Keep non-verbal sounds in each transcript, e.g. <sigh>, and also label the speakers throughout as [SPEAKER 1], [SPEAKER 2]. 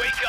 [SPEAKER 1] Wake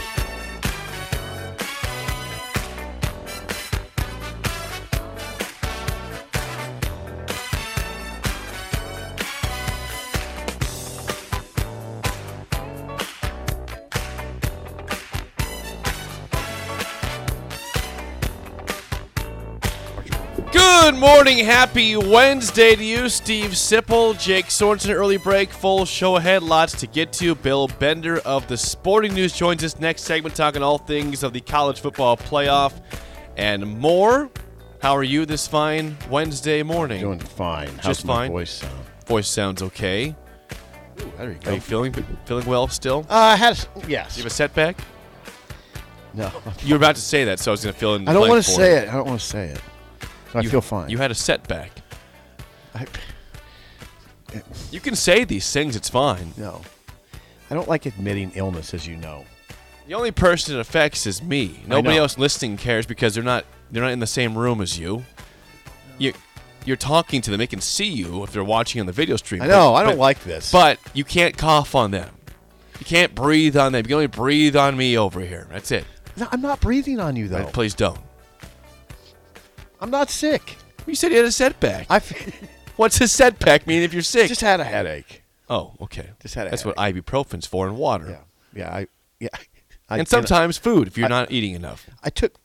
[SPEAKER 2] Good morning, happy Wednesday to you, Steve Sipple, Jake Sorensen, early break, full show ahead, lots to get to. Bill Bender of the Sporting News joins us next segment, talking all things of the college football playoff and more. How are you this fine Wednesday morning?
[SPEAKER 3] Doing fine. How's
[SPEAKER 2] Just
[SPEAKER 3] my
[SPEAKER 2] fine.
[SPEAKER 3] voice sound?
[SPEAKER 2] Voice sounds okay.
[SPEAKER 3] There you go.
[SPEAKER 2] Are you feeling feeling well still? Do
[SPEAKER 3] Uh, has yes.
[SPEAKER 2] you have a setback? <laughs>
[SPEAKER 3] no,
[SPEAKER 2] You were about to say that, so I was going to fill in.
[SPEAKER 3] I don't
[SPEAKER 2] want
[SPEAKER 3] want to say it. I don't want to say it. So I
[SPEAKER 2] You-
[SPEAKER 3] feel fine.
[SPEAKER 2] You had a setback. <laughs>
[SPEAKER 3] I,
[SPEAKER 2] You can say these things; it's fine.
[SPEAKER 3] no, I don't like admitting illness, as you know.
[SPEAKER 2] The only person it affects is me. Nobody
[SPEAKER 3] know.
[SPEAKER 2] else listening cares because they're not they're not in the same room as you. You you're talking to them. They can see you if they're watching on the video stream.
[SPEAKER 3] I
[SPEAKER 2] but-
[SPEAKER 3] know. I don't
[SPEAKER 2] but-
[SPEAKER 3] like this.
[SPEAKER 2] But you can't cough on them. You can't breathe on them. You can only breathe on me over here. That's it.
[SPEAKER 3] No, I'm not breathing on you though.
[SPEAKER 2] Please don't.
[SPEAKER 3] I'm not sick.
[SPEAKER 2] You said you had a setback.
[SPEAKER 3] I f- <laughs>
[SPEAKER 2] What's a setback mean if you're sick?
[SPEAKER 3] just had a headache.
[SPEAKER 2] oh, okay.
[SPEAKER 3] just had a
[SPEAKER 2] That's what ibuprofen's for and water.
[SPEAKER 3] Yeah. Yeah. I. Yeah. <laughs> I,
[SPEAKER 2] And sometimes food if you're not eating enough.
[SPEAKER 3] I took.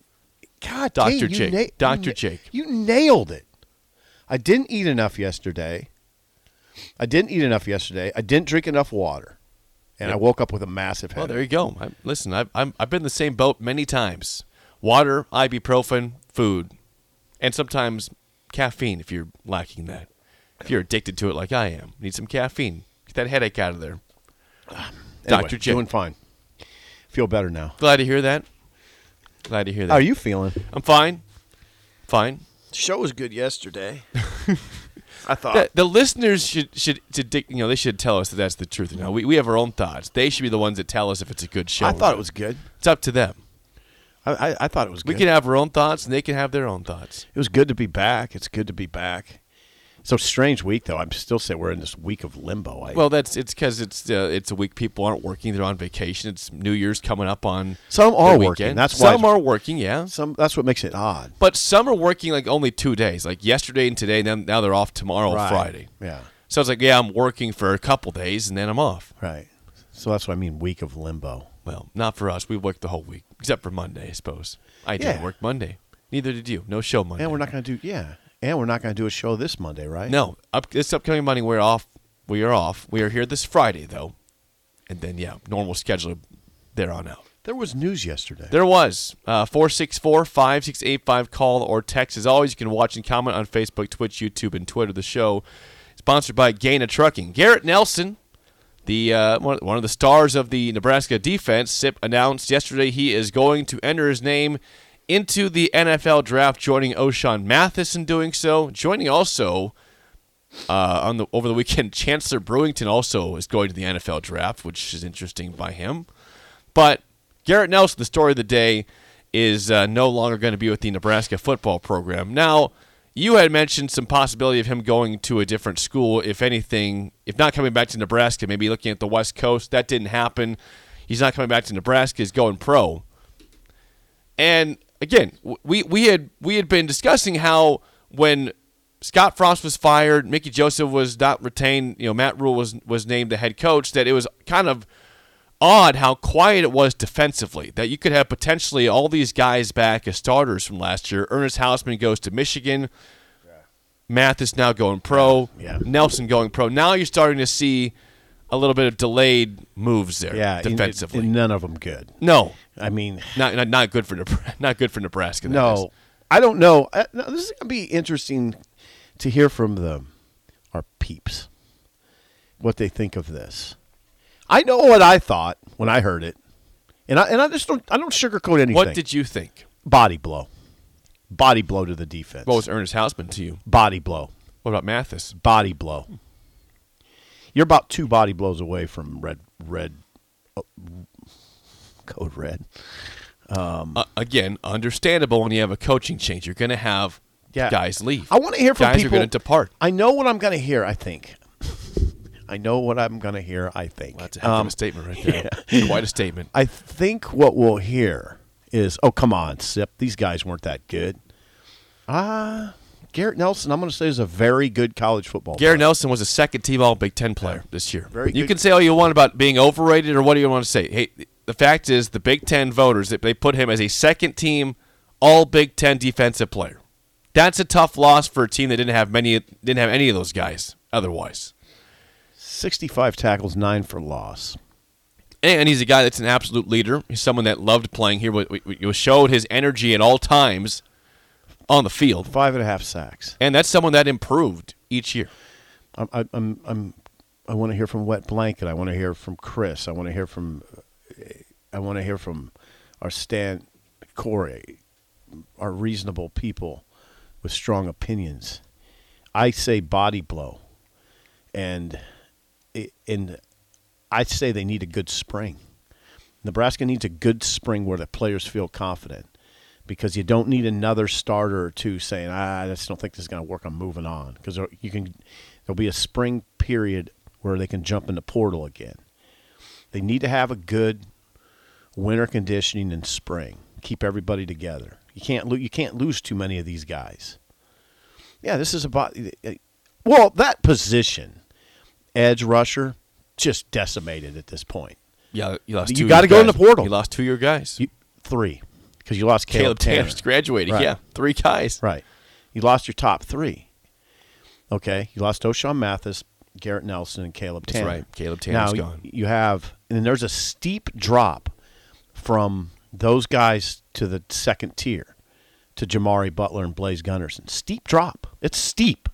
[SPEAKER 3] God,
[SPEAKER 2] Dr.
[SPEAKER 3] dang, you
[SPEAKER 2] Jake.
[SPEAKER 3] na- you
[SPEAKER 2] Dr.
[SPEAKER 3] na-
[SPEAKER 2] Jake.
[SPEAKER 3] you nailed it. I didn't eat enough yesterday. I didn't eat enough yesterday. I didn't drink enough water, and I woke up with a massive headache.
[SPEAKER 2] Well, Oh, there you go. I, listen, I've, I'm, I've been in the same boat many times. Water, ibuprofen, food, and sometimes caffeine if you're lacking that. If you're addicted to it like I am, need some caffeine. Get that headache out
[SPEAKER 4] <sighs>
[SPEAKER 2] of there.
[SPEAKER 3] Anyway,
[SPEAKER 2] Dr. Jake.
[SPEAKER 3] doing fine. Feel better now.
[SPEAKER 2] Glad to hear that. Glad to hear that.
[SPEAKER 3] How are you feeling?
[SPEAKER 2] I'm fine. Fine.
[SPEAKER 4] Show was good
[SPEAKER 2] <laughs>
[SPEAKER 4] yesterday. I thought.
[SPEAKER 2] The, the listeners should should to dic- you know they should tell us that that's the truth. Now we, we have our own thoughts. They should be the ones that tell us if it's a good show.
[SPEAKER 4] I
[SPEAKER 2] or
[SPEAKER 4] thought
[SPEAKER 2] not.
[SPEAKER 4] it was good.
[SPEAKER 2] It's up to them.
[SPEAKER 4] I, I, I thought it was
[SPEAKER 2] We
[SPEAKER 4] good.
[SPEAKER 2] can have our own thoughts, and they can have their own thoughts.
[SPEAKER 3] It was good to be back. It's good to be back. So strange week though. I'm still say we're in this week of limbo. I,
[SPEAKER 2] Well, that's it's because it's uh, it's a week people aren't working; they're on vacation. It's New Year's coming up on
[SPEAKER 3] Some
[SPEAKER 2] the
[SPEAKER 3] are
[SPEAKER 2] weekend.
[SPEAKER 3] working. That's why
[SPEAKER 2] some
[SPEAKER 3] it's-
[SPEAKER 2] are working, yeah.
[SPEAKER 3] some that's what makes it odd.
[SPEAKER 2] But some are working like only two days, like yesterday and today. And then now they're off tomorrow,
[SPEAKER 3] Right.
[SPEAKER 2] Friday.
[SPEAKER 3] Yeah.
[SPEAKER 2] So it's like, yeah, I'm working for a couple days and then I'm off.
[SPEAKER 3] Right. So that's what I mean. Week of limbo.
[SPEAKER 2] Well, not for us. We worked the whole week except for Monday, I suppose. I didn't
[SPEAKER 3] Yeah.
[SPEAKER 2] work Monday. Neither did you. No show Monday.
[SPEAKER 3] And we're not going to do yeah. And we're not going to do a show this Monday, right?
[SPEAKER 2] No, up this upcoming Monday we're off. We are off. We are here this Friday though, and then yeah, normal schedule there on out.
[SPEAKER 3] There was news yesterday.
[SPEAKER 2] There was. Uh, 464 5685 call or text. As always, you can watch and comment on Facebook, Twitch, YouTube, and Twitter. The show sponsored by Gaina Trucking. Garrett Nelson, the uh, one one of the stars of the Nebraska defense, SIP announced yesterday he is going to enter his name into the NFL draft, joining O'Shawn Mathis in doing so. Joining also uh, on the over the weekend, <laughs> Chancellor Brewington also is going to the NFL draft, which is interesting by him. But Garrett Nelson, the story of the day, is uh, no longer going to be with the Nebraska football program. Now, you had mentioned some possibility of him going to a different school, if anything, if not coming back to Nebraska, maybe looking at the West Coast. That didn't happen. He's not coming back to Nebraska. He's going pro. And again, w- we we had we had been discussing how when Scott Frost was fired, Mickey Joseph was not retained. You know, Matt Rule was was named the head coach. That it was kind of odd how quiet it was defensively. That you could have potentially all these guys back as starters from last year. Ernest Hausman goes to Michigan. Mathis now going pro.
[SPEAKER 3] Yeah.
[SPEAKER 2] Nelson going pro. Now you're starting to see a little bit of delayed moves there
[SPEAKER 3] yeah, and-
[SPEAKER 2] defensively.
[SPEAKER 3] and none of them good.
[SPEAKER 2] no,
[SPEAKER 3] I mean,
[SPEAKER 2] not, not not good for Nebra- <laughs> not good for Nebraska. that
[SPEAKER 3] <laughs>
[SPEAKER 2] is.
[SPEAKER 3] No, I don't know. Uh, no, this is gonna be interesting to hear from the our peeps what they think of this. I know what I thought when I heard it, and I and I just don't I don't sugarcoat anything.
[SPEAKER 2] What did you think?
[SPEAKER 3] body blow? Body blow to the defense.
[SPEAKER 2] What was Ernest Hausman to you?
[SPEAKER 3] body blow.
[SPEAKER 2] What about Mathis?
[SPEAKER 3] Body blow. You're about two body blows away from red, red, uh, code red. Um,
[SPEAKER 2] Uh, again, understandable when you have a coaching change. You're going to have
[SPEAKER 3] Yeah.
[SPEAKER 2] guys leave.
[SPEAKER 3] I want to hear from
[SPEAKER 2] guys
[SPEAKER 3] people.
[SPEAKER 2] are going to depart.
[SPEAKER 3] I know what I'm going to hear. I think. I know what I'm going to hear. I think.
[SPEAKER 2] That's a heck of
[SPEAKER 3] Um,
[SPEAKER 2] a
[SPEAKER 3] <laughs>
[SPEAKER 2] statement right there. Quite a statement.
[SPEAKER 3] I think what we'll hear is, "Oh, come on, Sip. These guys weren't that good." Ah, Garrett Nelson. I'm going to say is a very good college football.
[SPEAKER 2] Gary
[SPEAKER 3] player.
[SPEAKER 2] Nelson was a second team All Big Ten player this year.
[SPEAKER 3] Very
[SPEAKER 2] you
[SPEAKER 3] good.
[SPEAKER 2] can say all you want about being overrated or what do you want to say. Hey, the fact is, the Big Ten voters they- they put him as a second team All Big Ten defensive player. That's a tough loss for a team that didn't have many, didn't have any of those guys. Otherwise,
[SPEAKER 3] 65 tackles, nine for loss.
[SPEAKER 2] and he's a guy that's an absolute leader. He's someone that loved playing here. but- but- but Showed his energy at all times on the field,
[SPEAKER 3] Five and a half sacks.
[SPEAKER 2] and that's someone that improved each year.
[SPEAKER 3] I'm, I, I'm, I'm, I want to hear from Wet Blanket. I want to hear from Chris. I want to hear from, I want to hear from our Stan Corey, our reasonable people with strong opinions. I say body blow, and and I say they need a good spring. Nebraska needs a good spring where the players feel confident because you don't need another starter or two saying, "Ah, "I just don't think this is going to work. I'm moving on." Because you can, there'll be a spring period where they can jump in the portal again. They need to have a good winter conditioning in spring. Keep everybody together. You can't lo- you can't lose too many of these guys. Yeah, this is about eh, well that position, edge rusher, just decimated at this point.
[SPEAKER 2] Yeah, you lost.
[SPEAKER 3] You
[SPEAKER 2] two of
[SPEAKER 3] gotta
[SPEAKER 2] your
[SPEAKER 3] go in
[SPEAKER 2] guys.
[SPEAKER 3] the portal.
[SPEAKER 2] You lost two of your guys.
[SPEAKER 3] You, three, because you lost Caleb,
[SPEAKER 2] Caleb
[SPEAKER 3] Tanner.
[SPEAKER 2] Tanner's graduating.
[SPEAKER 3] Right.
[SPEAKER 2] Yeah, three guys.
[SPEAKER 3] Right. You lost your top three. Okay. You lost O'Shawn Mathis, Garrett Nelson, and Caleb
[SPEAKER 2] That's
[SPEAKER 3] Tanner.
[SPEAKER 2] right. Caleb Tanner's
[SPEAKER 3] now,
[SPEAKER 2] gone.
[SPEAKER 3] You have, and then there's a steep drop from those guys to the second tier to Jamari Butler and Blaze Gunnerson. Steep drop. It's steep.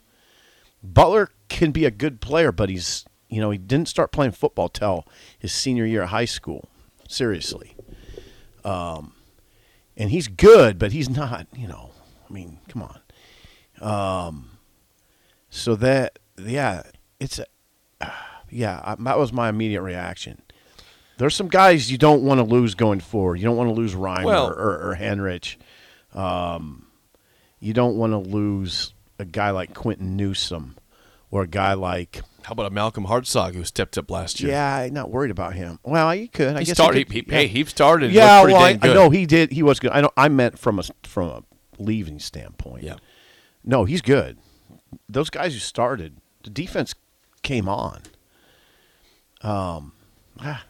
[SPEAKER 3] Butler can be a good player, but he's, you know, he didn't start playing football till his senior year of high school. Seriously and he's good, but he's not. You know, I mean, come on. Um, so that yeah, it's a, <sighs> yeah. I, that was my immediate reaction. There's some guys you don't want to lose going forward. You don't want to lose Reimer
[SPEAKER 2] Well-
[SPEAKER 3] or, or Henrich. Um, you don't want to lose a guy like Quentin Newsom or a guy like.
[SPEAKER 2] How about a Malcolm Hartsog who stepped up last year?
[SPEAKER 3] Yeah, I'm not worried about him. Well, you could. I
[SPEAKER 2] he
[SPEAKER 3] guess
[SPEAKER 2] started.
[SPEAKER 3] could-
[SPEAKER 2] he,
[SPEAKER 3] yeah.
[SPEAKER 2] Hey, he started. and
[SPEAKER 3] Yeah,
[SPEAKER 2] looked pretty
[SPEAKER 3] well, I,
[SPEAKER 2] dang
[SPEAKER 3] I
[SPEAKER 2] good.
[SPEAKER 3] know he did. He was good. I know. I meant from a from a leaving standpoint.
[SPEAKER 2] Yeah.
[SPEAKER 3] No, he's good. Those guys who started, the defense came on. Um, ah,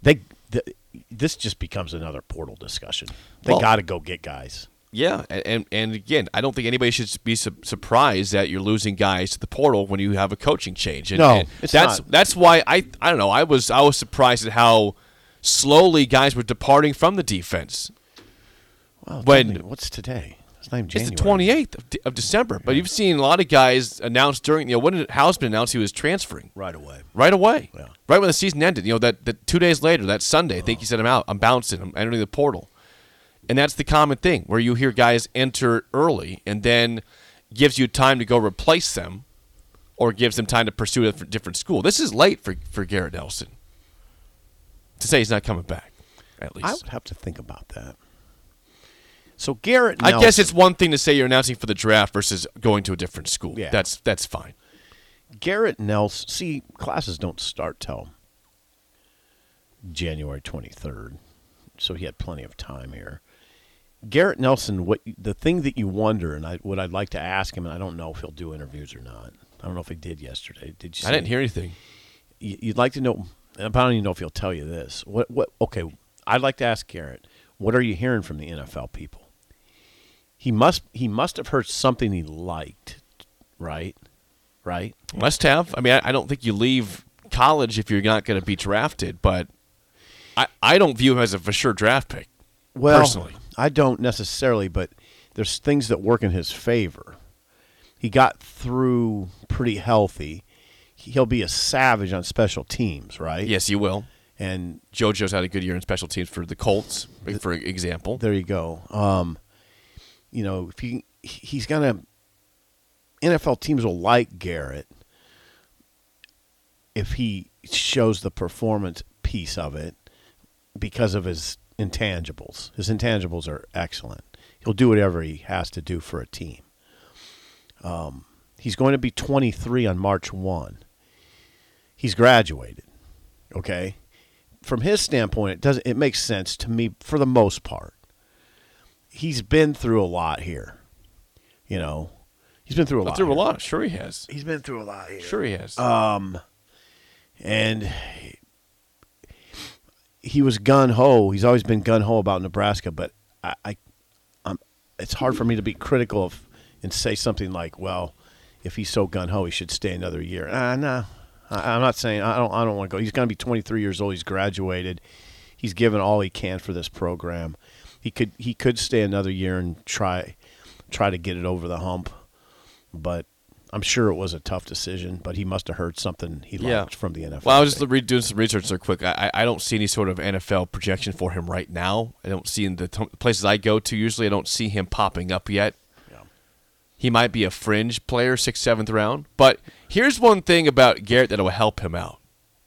[SPEAKER 3] they th- this just becomes another portal discussion. They
[SPEAKER 2] Well-
[SPEAKER 3] got to go get guys.
[SPEAKER 2] Yeah, and, and and again, I don't think anybody should be su- surprised that you're losing guys to the portal when you have a coaching change. And,
[SPEAKER 3] No,
[SPEAKER 2] and
[SPEAKER 3] it's
[SPEAKER 2] that's
[SPEAKER 3] not.
[SPEAKER 2] that's why I I don't know. I was I was surprised at how slowly guys were departing from the defense.
[SPEAKER 3] Wow, it's
[SPEAKER 2] When-
[SPEAKER 3] only- what's today? It's not even January.
[SPEAKER 2] It's the 28th of, De- of December, but you've seen a lot of guys announce during. You know, when did Hausman announce he was transferring?
[SPEAKER 3] right away.
[SPEAKER 2] right away,
[SPEAKER 3] Yeah.
[SPEAKER 2] right when the season ended. You know that, that two days later, that Sunday, I think
[SPEAKER 3] Uh-huh.
[SPEAKER 2] he said, "I'm out. I'm bouncing. I'm entering the portal," and that's the common thing where you hear guys enter early and then gives you time to go replace them, or gives them time to pursue a different- different school. This is late for for Garrett Nelson to say he's not coming back. At least
[SPEAKER 3] I would have to think about that. So Garrett,
[SPEAKER 2] I guess
[SPEAKER 3] Nelson-
[SPEAKER 2] it's one thing to say you're announcing for the draft versus going to a different school.
[SPEAKER 3] Yeah.
[SPEAKER 2] That's that's fine.
[SPEAKER 3] Garrett Nelson. See, classes don't start till January 23rd, so he had plenty of time here. Garrett Nelson, what the thing that you wonder, and I, what I'd like to ask him, and I don't know if he'll do interviews or not. I don't know if he did yesterday. Did you?
[SPEAKER 2] I
[SPEAKER 3] see-
[SPEAKER 2] didn't hear anything.
[SPEAKER 3] you- You'd like to know. and I don't even know if he'll tell you this. What? What? Okay, I'd like to ask Garrett. What are you hearing from the NFL people? He must. He must have heard something he liked, right? Right.
[SPEAKER 2] Must have. I mean, I, I don't think you leave college if you're not going to be drafted, but I, I don't view him as a for sure draft pick.
[SPEAKER 3] Well,
[SPEAKER 2] personally.
[SPEAKER 3] I don't necessarily, but there's things that work in his favor. He got through pretty healthy. He'll be a savage on special teams, right?
[SPEAKER 2] Yes, you will.
[SPEAKER 3] And
[SPEAKER 2] JoJo's had a good year in special teams for the Colts, for example.
[SPEAKER 3] there you go. Um, you know, if you he- he's gonna NFL teams will like Garrett if he shows the performance piece of it because of his intangibles. His intangibles are excellent. He'll do whatever he has to do for a team. Um, he's going to be 23 on March 1. He's graduated. Okay? From his standpoint, it doesn't it makes sense to me for the most part. He's been through a lot here. You know, he's been through a
[SPEAKER 2] Been
[SPEAKER 3] lot.
[SPEAKER 2] through a
[SPEAKER 3] here.
[SPEAKER 2] lot. Sure he has.
[SPEAKER 3] He's been through a lot here
[SPEAKER 2] Sure he has.
[SPEAKER 3] and he was gun ho. He's always been gun ho about Nebraska, but I, I I'm, it's hard for me to be critical of and say something like, "Well, if he's so gun ho, he should stay another year." Uh, no, I, I'm not saying I don't. I don't want to go. He's going to be 23 years old. He's graduated. He's given all he can for this program. He could he could stay another year and try try to get it over the hump, but. I'm sure it was a tough decision, but he must have heard something he liked
[SPEAKER 2] Yeah.
[SPEAKER 3] from the NFL.
[SPEAKER 2] Well, I was just re- doing some research real quick. I, I I don't see any sort of NFL projection for him right now. I don't see in the t- places I go to usually. I don't see him popping up yet. He might be a fringe player, sixth, seventh round. But here's one thing about Garrett that will help him out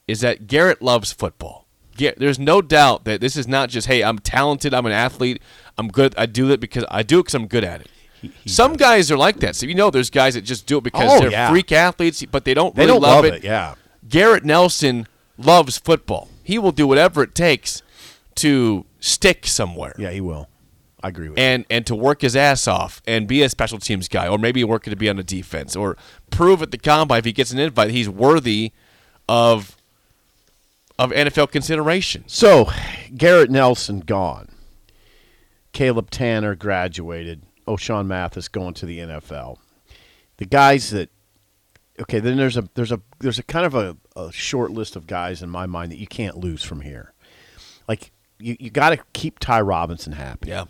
[SPEAKER 2] is that Garrett loves football. Gar- There's no doubt that this is not just hey, I'm talented, I'm an athlete, I'm good, I do it because I do it because I'm good at it. Some guys are like that. So you know, there's guys that just do it because
[SPEAKER 3] Oh,
[SPEAKER 2] they're
[SPEAKER 3] yeah.
[SPEAKER 2] freak athletes, but they don't
[SPEAKER 3] They
[SPEAKER 2] really
[SPEAKER 3] don't love it, yeah.
[SPEAKER 2] Garrett Nelson loves football. He will do whatever it takes to stick somewhere.
[SPEAKER 3] Yeah, he will. I agree with
[SPEAKER 2] And and to work his ass off and be a special teams guy, or maybe working to be on the defense, or prove at the combine if he gets an invite he's worthy of of NFL consideration.
[SPEAKER 3] you. So, Garrett Nelson gone. Caleb Tanner graduated. O'Shawn Mathis going to the NFL. The guys that okay, then there's a there's a there's a kind of a, a short list of guys in my mind that you can't lose from here. Like you, you got to keep Ty Robinson happy.
[SPEAKER 2] Yeah.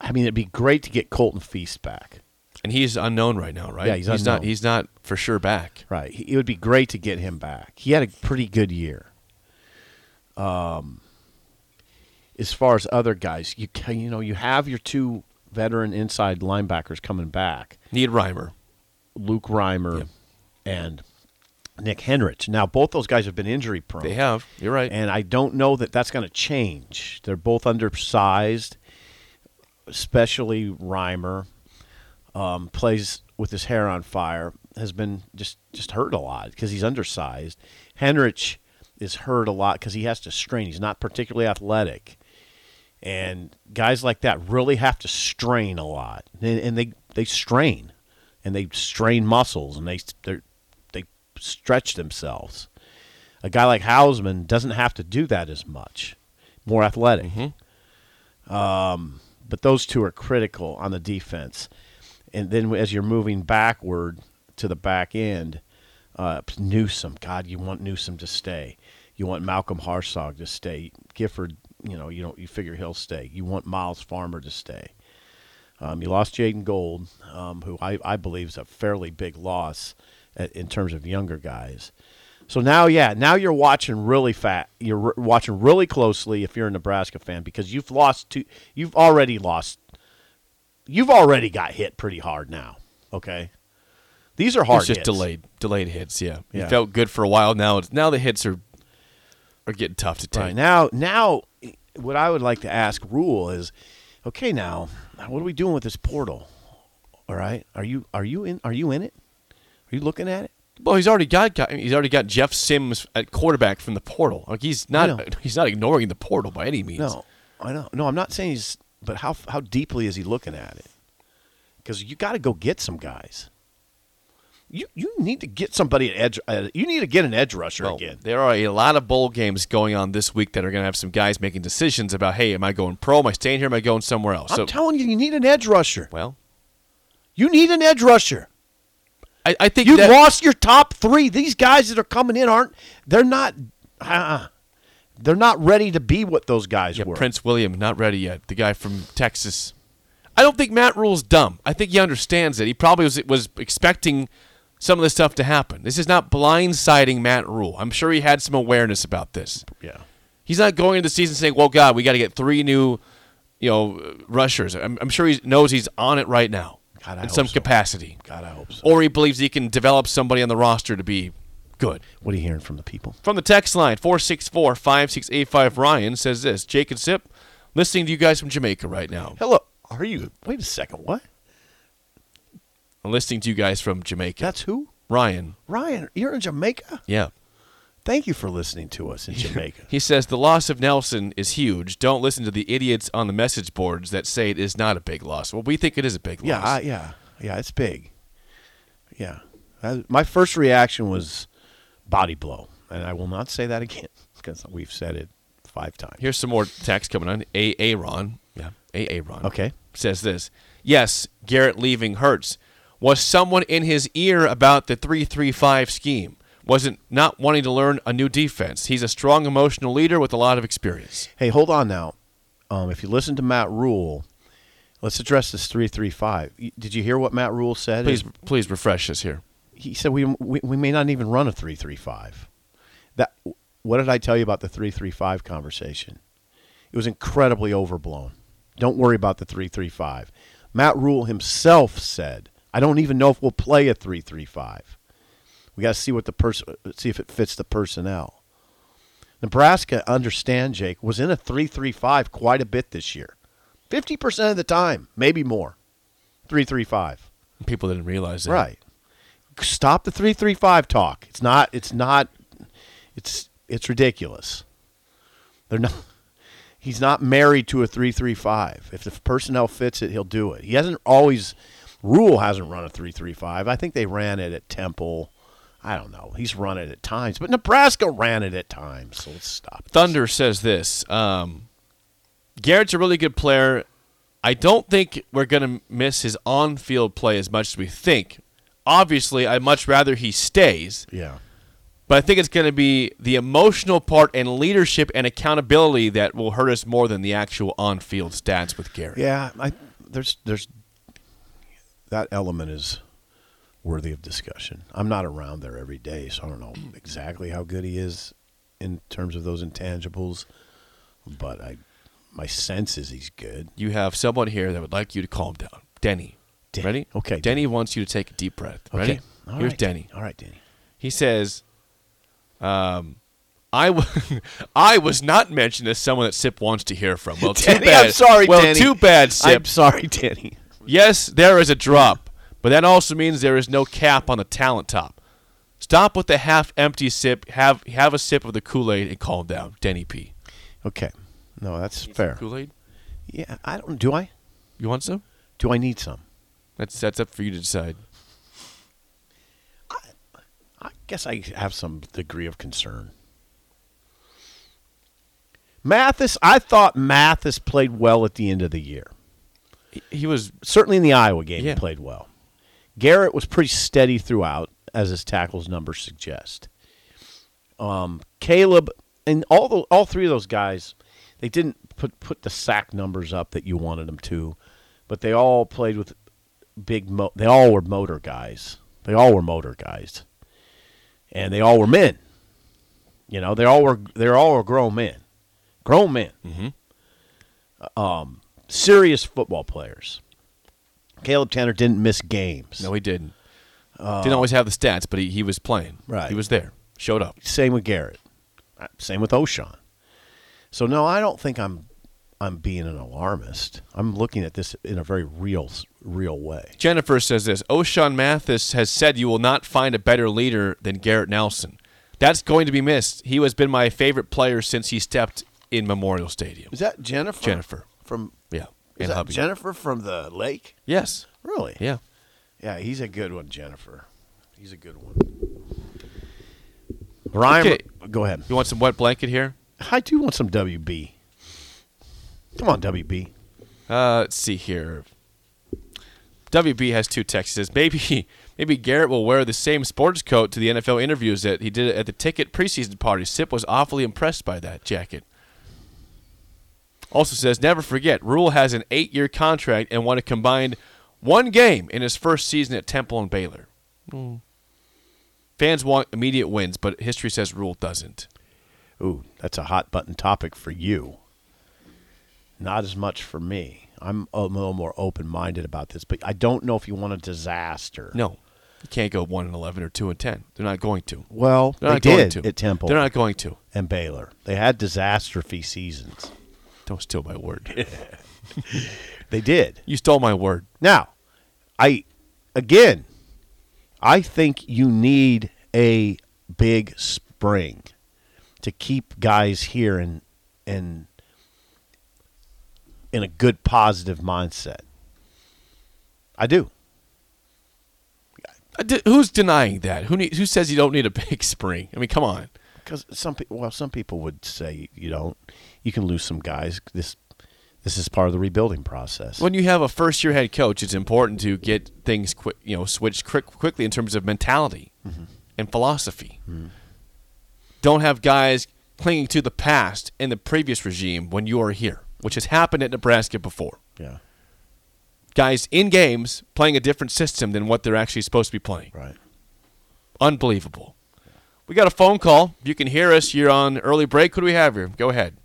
[SPEAKER 3] I mean, it'd be great to get Colton Feast back.
[SPEAKER 2] And he's unknown right now, right?
[SPEAKER 3] Yeah, he's
[SPEAKER 2] not
[SPEAKER 3] unknown.
[SPEAKER 2] he's not for sure back.
[SPEAKER 3] Right. He- It would be great to get him back. He had a pretty good year. Um, as far as other guys, you ca- you know you have your two veteran inside linebackers coming back,
[SPEAKER 2] Need Reimer.
[SPEAKER 3] Luke Reimer and Nick Henrich. Now both those guys have been injury prone.
[SPEAKER 2] They have. You're right.
[SPEAKER 3] And I don't know that that's going to change. They're both undersized, especially Reimer. Um, plays with his hair on fire. Has been just just hurt a lot because he's undersized. Henrich is hurt a lot because he has to strain. He's not particularly athletic, and guys like that really have to strain a lot, and, and they they strain, and they strain muscles, and they they're, they stretch themselves a guy like Hausman doesn't have to do that as much. More athletic. Um, but those two are critical on the defense. And then as you're moving backward to the back end, uh, Newsom, God, you want Newsom to stay. You want Malcolm Harsog to stay. Gifford, you know, you don't you figure he'll stay. You want Miles Farmer to stay. Um, you lost Jaden Gold, um, who I, I believe is a fairly big loss a- in terms of younger guys. So now, yeah, now you're watching really fat. You're re- watching really closely if you're a Nebraska fan because you've lost two. You've already lost. You've already got hit pretty hard now. Okay, these are hard.
[SPEAKER 2] it's just
[SPEAKER 3] hits.
[SPEAKER 2] delayed delayed hits, yeah.
[SPEAKER 3] Yeah.
[SPEAKER 2] He felt good for a while now. It's now the hits are are getting tough to take.
[SPEAKER 3] Right now, now, what I would like to ask Rule is, okay, now, what are we doing with this portal? All right, are you are you in are you in it? Are you looking at it?
[SPEAKER 2] Well, he's already got, got he's already got Jeff Sims at quarterback from the portal. Like he's
[SPEAKER 3] I know.
[SPEAKER 2] not <laughs> he's not ignoring the portal by any means.
[SPEAKER 3] No, I know. No, I'm not saying he's. But how how deeply is he looking at it? Because you got to go get some guys. You you need to get somebody at edge. Uh, you need to get an edge rusher
[SPEAKER 2] Well,
[SPEAKER 3] again.
[SPEAKER 2] there are a lot of bowl games going on this week that are going to have some guys making decisions about, hey, am I going pro? Am I staying here? Am I going somewhere else?
[SPEAKER 3] I'm
[SPEAKER 2] so,
[SPEAKER 3] telling you, you need an edge rusher.
[SPEAKER 2] well,
[SPEAKER 3] You need an edge rusher.
[SPEAKER 2] I, I think
[SPEAKER 3] You
[SPEAKER 2] that-
[SPEAKER 3] lost your top three. These guys that are coming in aren't. They're not. Uh, they're not ready to be what those guys
[SPEAKER 2] Yeah,
[SPEAKER 3] were.
[SPEAKER 2] Prince William, not ready yet. The guy from Texas. I don't think Matt Rule's dumb. I think he understands it. He probably was was expecting some of this stuff to happen. This is not blindsiding Matt Rule. I'm sure he had some awareness about this.
[SPEAKER 3] yeah.
[SPEAKER 2] He's not going into the season saying, "Well, God, we got to get three new you know, rushers. I'm, I'm sure he knows he's on it right now
[SPEAKER 3] God, I
[SPEAKER 2] in
[SPEAKER 3] hope
[SPEAKER 2] some
[SPEAKER 3] so.
[SPEAKER 2] capacity,
[SPEAKER 3] God, I hope so.
[SPEAKER 2] or he believes he can develop somebody on the roster to be good.
[SPEAKER 3] What are you hearing from the people?
[SPEAKER 2] From the text line 464-5685, Ryan says this: Jake and Sip, listening to you guys from Jamaica right now.
[SPEAKER 3] Hello. Are you? Wait a second. What?
[SPEAKER 2] I'm listening to you guys from Jamaica.
[SPEAKER 3] That's who?
[SPEAKER 2] Ryan.
[SPEAKER 3] Ryan, you're in Jamaica?
[SPEAKER 2] Yeah.
[SPEAKER 3] Thank you for listening to us
[SPEAKER 2] <laughs>
[SPEAKER 3] in Jamaica.
[SPEAKER 2] He says the loss of Nelson is huge. Don't listen to the idiots on the message boards that say it is not a big loss. Well, we think it is a big
[SPEAKER 3] yeah,
[SPEAKER 2] loss.
[SPEAKER 3] I, yeah, yeah. It's big. Yeah, That- my first reaction was body blow, and I will not say that again <laughs> because we've said it five times.
[SPEAKER 2] Here's some more text coming on. A. Aaron.
[SPEAKER 3] Yeah.
[SPEAKER 2] A. Aaron.
[SPEAKER 3] Okay.
[SPEAKER 2] Says this. Yes, Garrett leaving hurts. Was someone in his ear about the three three five scheme? Wasn't not wanting to learn a new defense. He's a strong emotional leader with a lot of experience.
[SPEAKER 3] Hey, hold on now. Um, if you listen to Matt Rule, let's address this three three five. Did you hear what Matt Rule said?
[SPEAKER 2] Please please refresh us here.
[SPEAKER 3] he said we, we we may not even run a three three five. That what did I tell you about the three three five conversation? It was incredibly overblown. Don't worry about the three three five. Matt Rule himself said, "I don't even know if we'll play a three three five. We got to see what the person see if it fits the personnel." Nebraska, understand, Jake, was in a three three five quite a bit this year, fifty percent of the time, maybe more. Three three five.
[SPEAKER 2] People didn't realize that.
[SPEAKER 3] Right. Stop the three three five talk. It's not. It's not. It's it's ridiculous. They're not. <laughs> He's not married to a three three five. If the personnel fits it, he'll do it. He hasn't always. Rule hasn't run a three three five. I think they ran it at Temple. I don't know. He's run it at times, but Nebraska ran it at times. So let's stop.
[SPEAKER 2] Thunder says this. Um, Garrett's a really good player. I don't think we're going to miss his on field play as much as we think. Obviously, I'd much rather he stays,
[SPEAKER 3] Yeah.
[SPEAKER 2] but I think it's going to be the emotional part and leadership and accountability that will hurt us more than the actual on field stats with Garrett.
[SPEAKER 3] Yeah, I there's there's that element is worthy of discussion. I'm not around there every day, so I don't know exactly how good he is in terms of those intangibles, but I my sense is he's good.
[SPEAKER 2] You have someone here that would like you to calm down. Denny.
[SPEAKER 3] Denny.
[SPEAKER 2] Ready?
[SPEAKER 3] Okay.
[SPEAKER 2] Denny wants you to take a deep breath. Ready?
[SPEAKER 3] Okay. All
[SPEAKER 2] Here's
[SPEAKER 3] right.
[SPEAKER 2] Denny.
[SPEAKER 3] All right, Denny.
[SPEAKER 2] He says, um, I, w- <laughs> I was not mentioned as someone that Sip wants to hear from. Well,
[SPEAKER 3] <laughs>
[SPEAKER 2] too
[SPEAKER 3] Denny,
[SPEAKER 2] bad.
[SPEAKER 3] I'm sorry,
[SPEAKER 2] well,
[SPEAKER 3] Denny.
[SPEAKER 2] too bad,
[SPEAKER 3] I'm
[SPEAKER 2] Sip.
[SPEAKER 3] sorry, Denny.
[SPEAKER 2] yes, there is a drop, but that also means there is no cap on the talent top. Stop with the half-empty sip. Have have a sip of the Kool-Aid and calm down, Denny P.
[SPEAKER 3] Okay. No, that's fair.
[SPEAKER 2] Kool-Aid?
[SPEAKER 3] Yeah, I don't do I?
[SPEAKER 2] You want some?
[SPEAKER 3] Do I need some?
[SPEAKER 2] That's that's up for you to decide.
[SPEAKER 3] I guess I have some degree of concern. Mathis, I thought Mathis played well at the end of the year.
[SPEAKER 2] He, he was
[SPEAKER 3] Certainly in the Iowa game,
[SPEAKER 2] Yeah.
[SPEAKER 3] he played well. Garrett was pretty steady throughout, as his tackles numbers suggest. Um, Caleb and all the, all three of those guys, they didn't put put the sack numbers up that you wanted them to, but they all played with big. Mo- they all were motor guys. They all were motor guys, and they all were men. You know, they all were they all were grown men, grown men, mm-hmm. um,
[SPEAKER 2] Mm-hmm.
[SPEAKER 3] serious football players. Caleb Tanner didn't miss games.
[SPEAKER 2] no, he didn't. didn't always have the stats, but he, he was playing.
[SPEAKER 3] Right.
[SPEAKER 2] he was there. Showed up.
[SPEAKER 3] Same with Garrett. Uh, Same with O'Shawn. So no, I don't think I'm I'm being an alarmist. I'm looking at this in a very real s- real way.
[SPEAKER 2] Jennifer says this O'Shawn Mathis has said you will not find a better leader than Garrett Nelson. That's going to be missed. He has been my favorite player since he stepped in Memorial Stadium.
[SPEAKER 4] Is that Jennifer?
[SPEAKER 2] Jennifer.
[SPEAKER 4] From
[SPEAKER 2] Yeah.
[SPEAKER 4] is
[SPEAKER 2] And
[SPEAKER 4] that
[SPEAKER 2] hubby.
[SPEAKER 4] Jennifer from the lake?
[SPEAKER 2] Yes.
[SPEAKER 3] Really?
[SPEAKER 2] Yeah.
[SPEAKER 3] Yeah, he's a good one, Jennifer. He's a good one. Ryan,
[SPEAKER 2] Okay.
[SPEAKER 3] go ahead.
[SPEAKER 2] You want some wet blanket here?
[SPEAKER 3] I do want some WB. Come on, WB.
[SPEAKER 2] Uh, let's see here. WB has two texts. He says, Maybe maybe Garrett will wear the same sports coat to the NFL interviews that he did at the ticket preseason party. Sip was awfully impressed by that jacket. Also says, never forget, Rule has an eight year contract and won a combined one game in his first season at Temple and Baylor. Hmm. Fans want immediate wins, but history says Rule doesn't.
[SPEAKER 3] Ooh, that's a hot button topic for you. Not as much for me. I'm a little more open minded about this, but I don't know if you want a disaster.
[SPEAKER 2] No, you can't go one and eleven or two and ten. They're not going to.
[SPEAKER 3] Well,
[SPEAKER 2] They're
[SPEAKER 3] they
[SPEAKER 2] not going
[SPEAKER 3] did
[SPEAKER 2] to.
[SPEAKER 3] at Temple
[SPEAKER 2] They're not going to.
[SPEAKER 3] and Baylor. They had disastrophe seasons.
[SPEAKER 2] Don't steal my
[SPEAKER 3] <laughs>
[SPEAKER 2] word.
[SPEAKER 3] They did.
[SPEAKER 2] you stole my word.
[SPEAKER 3] Now, I again, I think you need a big spring to keep guys here and and in a good positive mindset. I do.
[SPEAKER 2] I did- who's denying that? Who need, who says you don't need a <laughs> big spring? I mean, come on.
[SPEAKER 3] Because some people, well, some people would say you don't. You can lose some guys. This, this is part of the rebuilding process.
[SPEAKER 2] When you have a first year head coach, it's important to get things quick, you know, switched quick, quickly in terms of mentality
[SPEAKER 3] Mm-hmm.
[SPEAKER 2] and philosophy.
[SPEAKER 3] Mm.
[SPEAKER 2] Don't have guys clinging to the past and the previous regime when you are here, which has happened at Nebraska before.
[SPEAKER 3] Yeah,
[SPEAKER 2] Guys in games playing a different system than what they're actually supposed to be playing.
[SPEAKER 3] right.
[SPEAKER 2] Unbelievable. We got a phone call. If you can hear us, you're on early break. Who do we have here? Go ahead.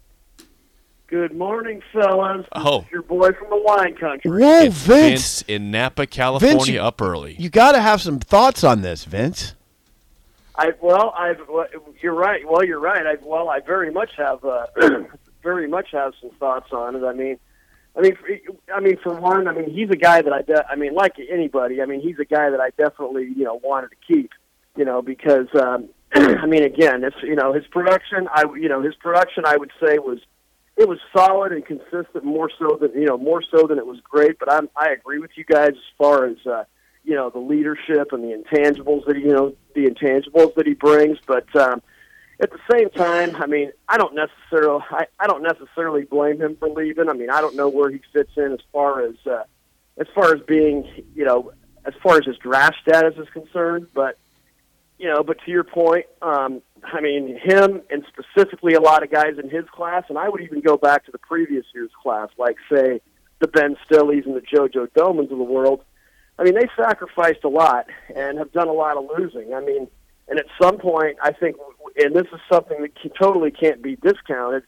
[SPEAKER 1] Good morning, fellas. This
[SPEAKER 2] Oh.
[SPEAKER 1] is your boy from the wine country.
[SPEAKER 3] Whoa,
[SPEAKER 2] It's Vince in Napa, California,
[SPEAKER 3] Oh, you-
[SPEAKER 2] up early.
[SPEAKER 3] You got to have some thoughts on this, Vince.
[SPEAKER 1] I well, I you're right. Well, you're right. I well, I very much have uh, <clears throat> very much have some thoughts on it. I mean, I mean, for, I mean, for one, I mean, he's a guy that I de- I mean, like anybody, I mean, he's a guy that I definitely you know wanted to keep, you know, because um, <clears throat> I mean, again, it's you know his production. I you know his production. I would say was it was solid and consistent more so than you know more so than it was great but i'm i agree with you guys as far as uh you know the leadership and the intangibles that he- you know the intangibles that he brings but um at the same time i mean i don't necessarily i, I don't necessarily blame him for leaving i mean i don't know where he fits in as far as uh as far as being you know as far as his draft status is concerned but you know, but to your point, um, I mean, him and specifically a lot of guys in his class, and I would even go back to the previous year's class, like, say, the Ben Stillys and the JoJo Domans of the world. I mean, they sacrificed a lot and have done a lot of losing. I mean, and at some point, I think, and this is something that can, totally can't be discounted.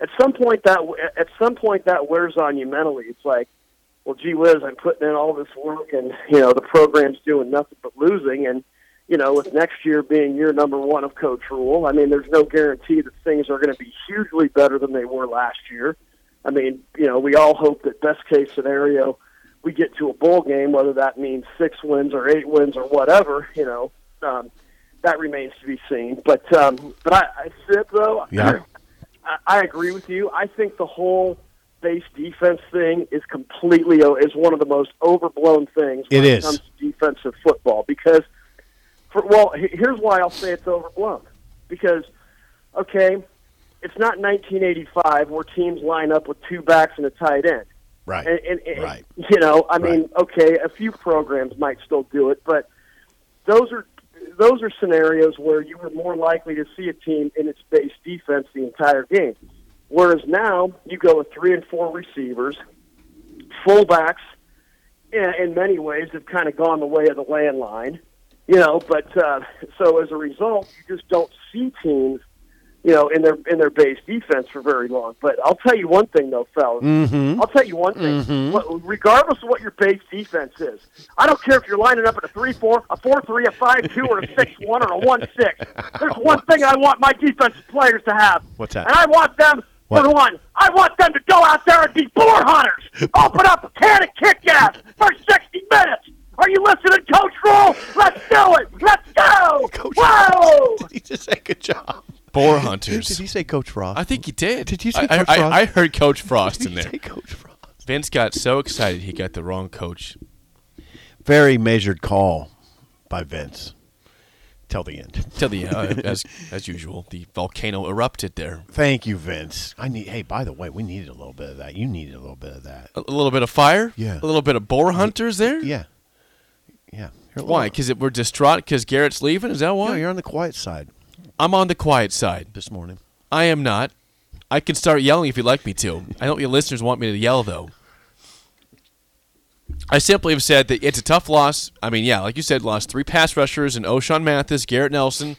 [SPEAKER 1] At some point, that at some point that wears on you mentally. It's like, well, gee whiz, I'm putting in all this work, and you know the program's doing nothing but losing. And you know, with next year being year number one of Coach Rule, I mean, there's no guarantee that things are going to be hugely better than they were last year. I mean, you know, we all hope that best case scenario, we get to a bowl game, whether that means six wins or eight wins or whatever. You know, um, that remains to be seen. But um, but I, I sit though.
[SPEAKER 3] Yeah.
[SPEAKER 1] I, <clears throat> I agree with you. I think the whole base defense thing is completely o- is one of the most overblown things
[SPEAKER 3] It
[SPEAKER 1] when it,
[SPEAKER 3] is.
[SPEAKER 1] comes to defensive football because for, well he- here's why I'll say it's overblown because okay it's not 1985 where teams line up with two backs and a tight end
[SPEAKER 3] Right.
[SPEAKER 1] and,
[SPEAKER 3] <laughs>
[SPEAKER 1] and, and
[SPEAKER 3] Right.
[SPEAKER 1] you know I mean okay a few programs might still do it but those are those are scenarios where you were more likely to see a team in its base defense the entire game. Whereas now you go with three and four receivers, fullbacks. In, in many ways, have kind of gone the way of the landline, you know. But uh, so as a result, you just don't see teams, you know, in their in their base defense for very long. But I'll tell you one thing though, fellas.
[SPEAKER 3] Mm-hmm.
[SPEAKER 1] I'll tell you one thing. What- regardless of what your base defense is, I don't care if you're lining up at a three-four, a four-three, a five-two, or a six-one, or a one-six. There's one thing I want my defensive players to have.
[SPEAKER 3] What's that?
[SPEAKER 1] And I want them.
[SPEAKER 3] What?
[SPEAKER 1] For one, I want them to go out there and be boar hunters. Open up a can of Kit Kat for 60 minutes. Are you listening, Coach Roll? Let's do it. Let's go. Whoa.
[SPEAKER 3] Did he just say good job?
[SPEAKER 2] Boar
[SPEAKER 3] Did
[SPEAKER 2] hunters.
[SPEAKER 3] he say Coach Ross?
[SPEAKER 2] I think he did.
[SPEAKER 3] Did you say
[SPEAKER 2] I-
[SPEAKER 3] Coach
[SPEAKER 2] I,
[SPEAKER 3] Frost?
[SPEAKER 2] I, I
[SPEAKER 3] <laughs>
[SPEAKER 2] heard Coach Frost in there.
[SPEAKER 3] Say Coach Ross.
[SPEAKER 2] Vince got so excited he got the wrong coach.
[SPEAKER 3] Very measured call by Vince. Till the end.
[SPEAKER 2] Till the uh, as as usual, the volcano erupted there.
[SPEAKER 3] Thank you, Vince. I need. Hey, by the way, we needed a little bit of that. You needed a little bit of that.
[SPEAKER 2] A, a little bit of fire.
[SPEAKER 3] Yeah.
[SPEAKER 2] A little bit of boar hunters there.
[SPEAKER 3] Yeah, yeah. You're a
[SPEAKER 2] Why?
[SPEAKER 3] little-
[SPEAKER 2] Because we're distraught because Garrett's leaving. Is that
[SPEAKER 3] No,
[SPEAKER 2] why?
[SPEAKER 3] you're on the quiet side
[SPEAKER 2] I'm on the quiet side.
[SPEAKER 3] this morning.
[SPEAKER 2] I am not. I can start yelling if you'd like me to. I don't. Your listeners want me to yell though. I simply have said that it's a tough loss. I mean, yeah, like you said, lost three pass rushers and O'Shawn Mathis, Garrett Nelson,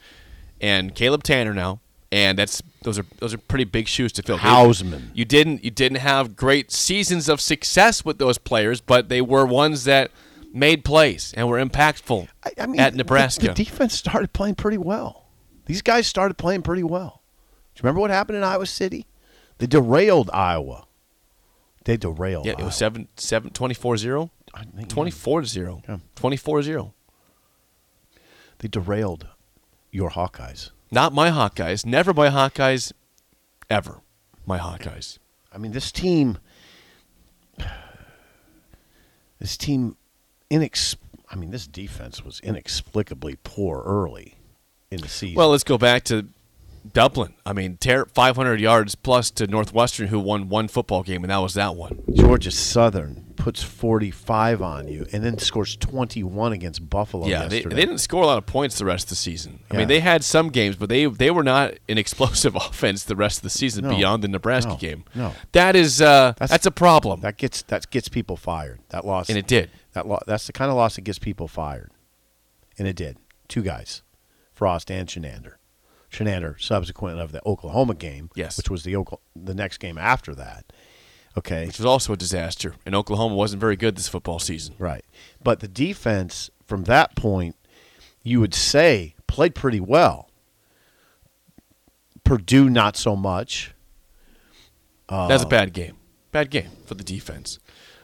[SPEAKER 2] and Caleb Tanner now, and that's those are those are pretty big shoes to fill.
[SPEAKER 3] Hausman.
[SPEAKER 2] You didn't you didn't have great seasons of success with those players, but they were ones that made plays and were impactful
[SPEAKER 3] I, I mean,
[SPEAKER 2] at
[SPEAKER 3] the-
[SPEAKER 2] Nebraska.
[SPEAKER 3] the, defense started playing pretty well. These guys started playing pretty well. Do you remember what happened in Iowa City? They derailed Iowa. They derailed.
[SPEAKER 2] yeah, it was
[SPEAKER 3] Iowa.
[SPEAKER 2] 7 7 24-0.
[SPEAKER 3] I think-
[SPEAKER 2] 24-0.
[SPEAKER 3] Yeah.
[SPEAKER 2] 24-0.
[SPEAKER 3] They derailed your Hawkeyes.
[SPEAKER 2] Not my Hawkeyes. Never my Hawkeyes ever. My Hawkeyes.
[SPEAKER 3] I mean, this team, this team, inex. I mean, this defense was inexplicably poor early in the season.
[SPEAKER 2] Well, let's go back to Dublin. I mean, tear 500 yards plus to Northwestern, who won one football game, and that was that one.
[SPEAKER 3] Georgia Southern puts 45 on you and then scores 21 against Buffalo
[SPEAKER 2] yeah, they,
[SPEAKER 3] yesterday.
[SPEAKER 2] they didn't score a lot of points the rest of the season. I
[SPEAKER 3] Yeah.
[SPEAKER 2] mean, they had some games, but they they were not an explosive <laughs> offense the rest of the season
[SPEAKER 3] No,
[SPEAKER 2] beyond the Nebraska
[SPEAKER 3] no,
[SPEAKER 2] game.
[SPEAKER 3] no.
[SPEAKER 2] that is uh, that's,
[SPEAKER 3] That's-
[SPEAKER 2] a problem,
[SPEAKER 3] That gets that gets people fired. That loss
[SPEAKER 2] and it did.
[SPEAKER 3] That lo- that's the kind of loss that gets people fired, and it did. Two guys, Frost and Shenander. Shenander, subsequent of the Oklahoma game,
[SPEAKER 2] Yes.
[SPEAKER 3] which was the Oka- the next game after that. Okay,
[SPEAKER 2] Which was also a disaster, and Oklahoma wasn't very good this football season.
[SPEAKER 3] Right. But the defense from that point, you would say, played pretty well. Purdue, not so much.
[SPEAKER 2] That's a bad game, bad game for the defense.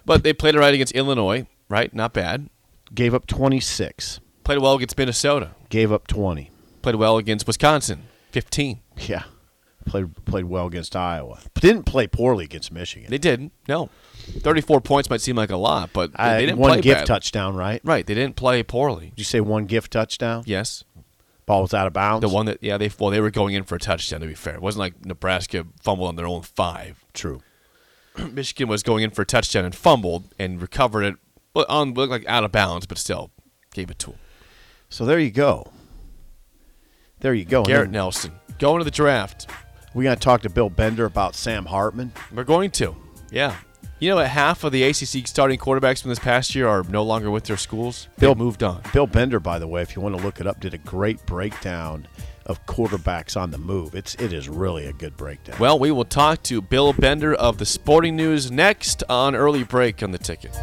[SPEAKER 2] But they played it right against Illinois, right? Not bad.
[SPEAKER 3] Gave up 26,
[SPEAKER 2] Played well against Minnesota.
[SPEAKER 3] gave up 20.
[SPEAKER 2] Played well against Wisconsin, fifteen.
[SPEAKER 3] Yeah. Played, played well against Iowa. But didn't play poorly against Michigan.
[SPEAKER 2] They didn't. No, thirty-four points might seem like a lot, but they-
[SPEAKER 3] I,
[SPEAKER 2] they didn't
[SPEAKER 3] one
[SPEAKER 2] play
[SPEAKER 3] gift
[SPEAKER 2] bad.
[SPEAKER 3] touchdown, right?
[SPEAKER 2] Right, they didn't play poorly.
[SPEAKER 3] Did you say one gift touchdown?
[SPEAKER 2] Yes,
[SPEAKER 3] Ball was out of bounds?
[SPEAKER 2] The one that yeah they well they were going in for a touchdown to be fair. It wasn't like Nebraska fumbled on their own five. <clears throat>
[SPEAKER 3] True.
[SPEAKER 2] Michigan was going in for a touchdown and fumbled and recovered it well, on looked like out of bounds, but still gave it to him.
[SPEAKER 3] So there you go. There you go. And
[SPEAKER 2] Garrett
[SPEAKER 3] then
[SPEAKER 2] Nelson going to the draft.
[SPEAKER 3] We got to talk to Bill Bender about Sam Hartman.
[SPEAKER 2] We're going to yeah. You know what? Half of the ACC starting quarterbacks from this past year are no longer with their schools. They
[SPEAKER 3] Bill-
[SPEAKER 2] moved on.
[SPEAKER 3] Bill Bender, by the way, if you want to look it up, did a great breakdown of quarterbacks on the move. It's it is really a good breakdown.
[SPEAKER 2] Well, we will talk to Bill Bender of the Sporting News next on early break on the ticket.